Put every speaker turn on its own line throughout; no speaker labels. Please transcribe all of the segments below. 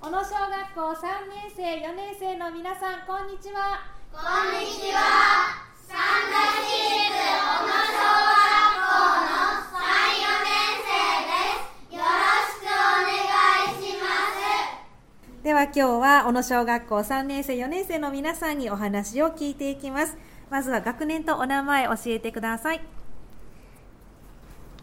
小野小学校3年生4年生の皆さんこんにちは
こんにちは。三田市立小野小学校の三四年生です。よろしくお願いします。
では今日は小野小学校3年生4年生の皆さんにお話を聞いていきますまずは学年とお名前教えてください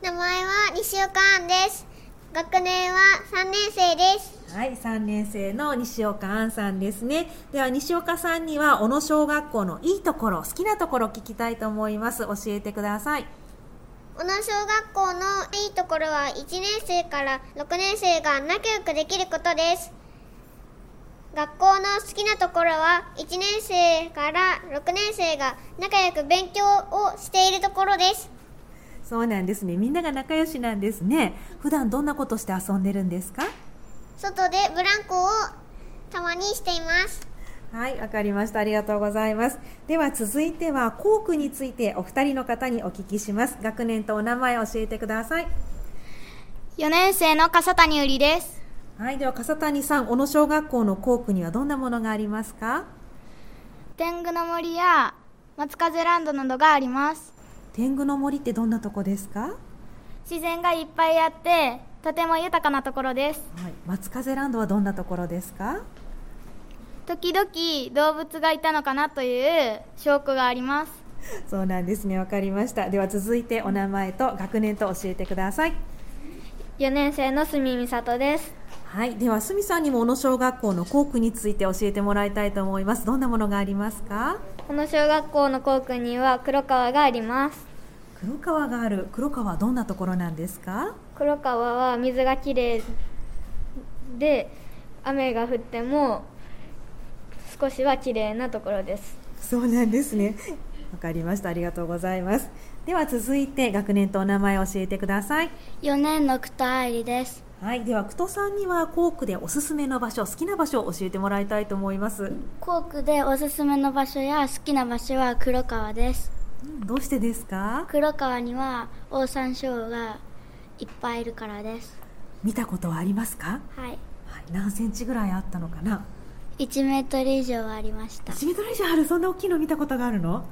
名前は西岡杏です。学年は三年生です。
はい、3年生の西岡杏さんですね。では西岡さんには小野小学校のいいところ、好きなところ聞きたいと思います。教えてください。
小野小学校のいいところは1年生から6年生が仲良くできることです学校の好きなところは1年生から6年生が仲良く勉強をしているところです
そうなんですね。みんなが仲良しなんですね。普段どんなことして遊んでるんですか
外でブランコをたまにしています
はい、わかりました。ありがとうございます。では続いては校区についてお二人の方にお聞きします。学年とお名前教えてください。
4年生の笠谷うりです
はい、では笠谷さん、小野小学校の校区にはどんなものがありますか
天狗の森や松風ランドなどがあります
天狗の森ってどんなとこですか
自然がいっぱいあってとても豊かなところです
はい、松風ランドはどんなところですか
時々動物がいたのかなという証拠があります
そうなんですねわかりましたでは続いてお名前と学年と教えてください
4年生の住美里です
はいではすみさんにも小野小学校の校区について教えてもらいたいと思いますどんなものがありますか
この小学校の校区には黒川があります
黒川がある黒川はどんなところなんですか
黒川は水がきれいで雨が降っても少しはきれいなところです
そうなんですね わかりましたありがとうございますでは続いて学年とお名前を教えてください
4年の久田愛理です
はいでは久戸さんには校区でおすすめの場所好きな場所を教えてもらいたいと思います、
校区でおすすめの場所や好きな場所は黒川です
うん、どうしてですか
黒川にはオオサンショウがいっぱいいるからです
見たことはありますか
は
は
い
い、何センチぐらいあったのかな
1メートル以上はありました
1メートル以上あるそんな大きいの見たことがあるの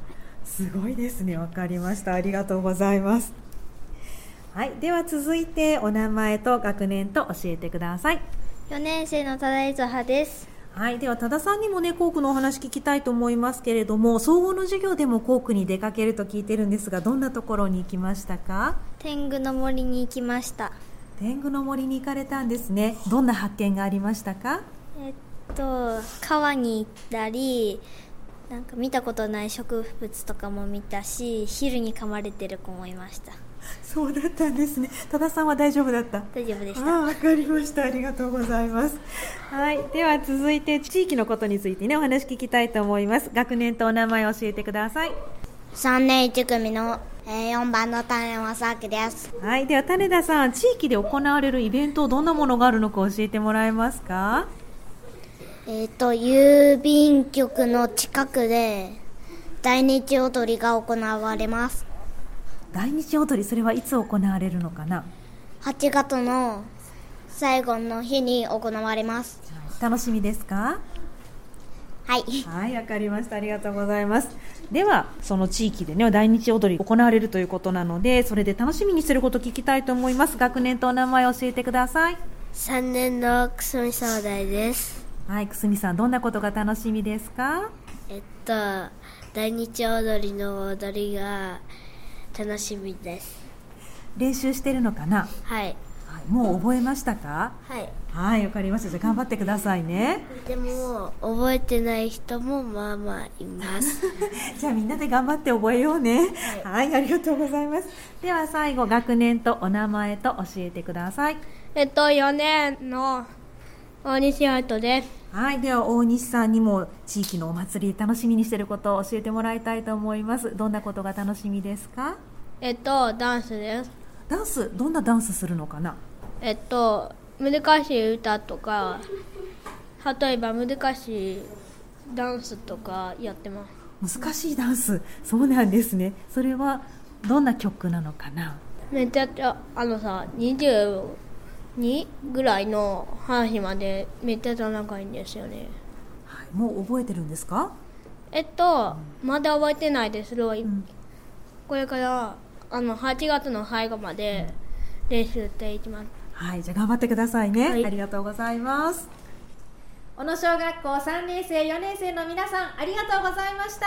すごいですねわかりましたありがとうございますはいでは続いてお名前と学年と教えてください
4年生の忠磯葉です
はいでは多田さんにもね校区のお話聞きたいと思いますけれども総合の授業でも校区に出かけると聞いてるんですがどんなところに行きましたか
天狗の森に行きました
天狗の森に行かれたんですねどんな発見がありましたか
えっと川に行ったりなんか見たことない植物とかも見たし昼に噛まれてる子もいました
そうだったんですね多田さんは大丈夫だった
大丈夫でし
あ
た
あわかりましたありがとうございますはいでは続いて地域のことについてねお話聞きたいと思います学年とお名前を教えてください
3年1組の、え4番の種正明です
はいでは種田さん地域で行われるイベントどんなものがあるのか教えてもらえますか
えっと郵便局の近くで大日踊りが行われます
大日踊りそれはいつ行われるのかな
8月の最後の日に行われます
楽しみですか
はい
はいわかりましたありがとうございますではその地域でね大日踊り行われるということなのでそれで楽しみにすること聞きたいと思います学年とお名前を教えてください
3年のくすみそうだいです
はい、くすみさん、どんなことが楽しみですか。
えっと大日踊りの踊りが楽しみです
練習してるのかな。
はい
はい、もう覚えましたか。
はい
はい、わかりました。じゃあ、頑張ってくださいね。
でも覚えてない人もまあまあいます
じゃあ、みんなで頑張って覚えようね。はい、ありがとうございます。では、最後、学年とお名前と教えてください。
えっと4年の大西愛斗です
はい、では、大西さんにも地域のお祭り、楽しみにしてることを教えてもらいたいと思います。どんなことが楽しみですか。
えっとダンスです
ダンス、どんなダンスするのかな。
えっと難しい歌とか例えば難しいダンスとかやってます
難しいダンス、そうなんですね。それは、どんな曲なのかな。
めちゃくちゃあのさ25
2ぐらいの話までめっちゃ仲いいんですよね
はい、もう覚えてるんですか
えっとまだ覚えてないですけど、
ん
これからあの8月の最後まで練習していきます
はい、じゃあ頑張ってくださいね、
はい
ありがとうございます小野小学校3年生4年生の皆さんありがとうございました
ありがとうございまし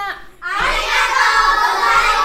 た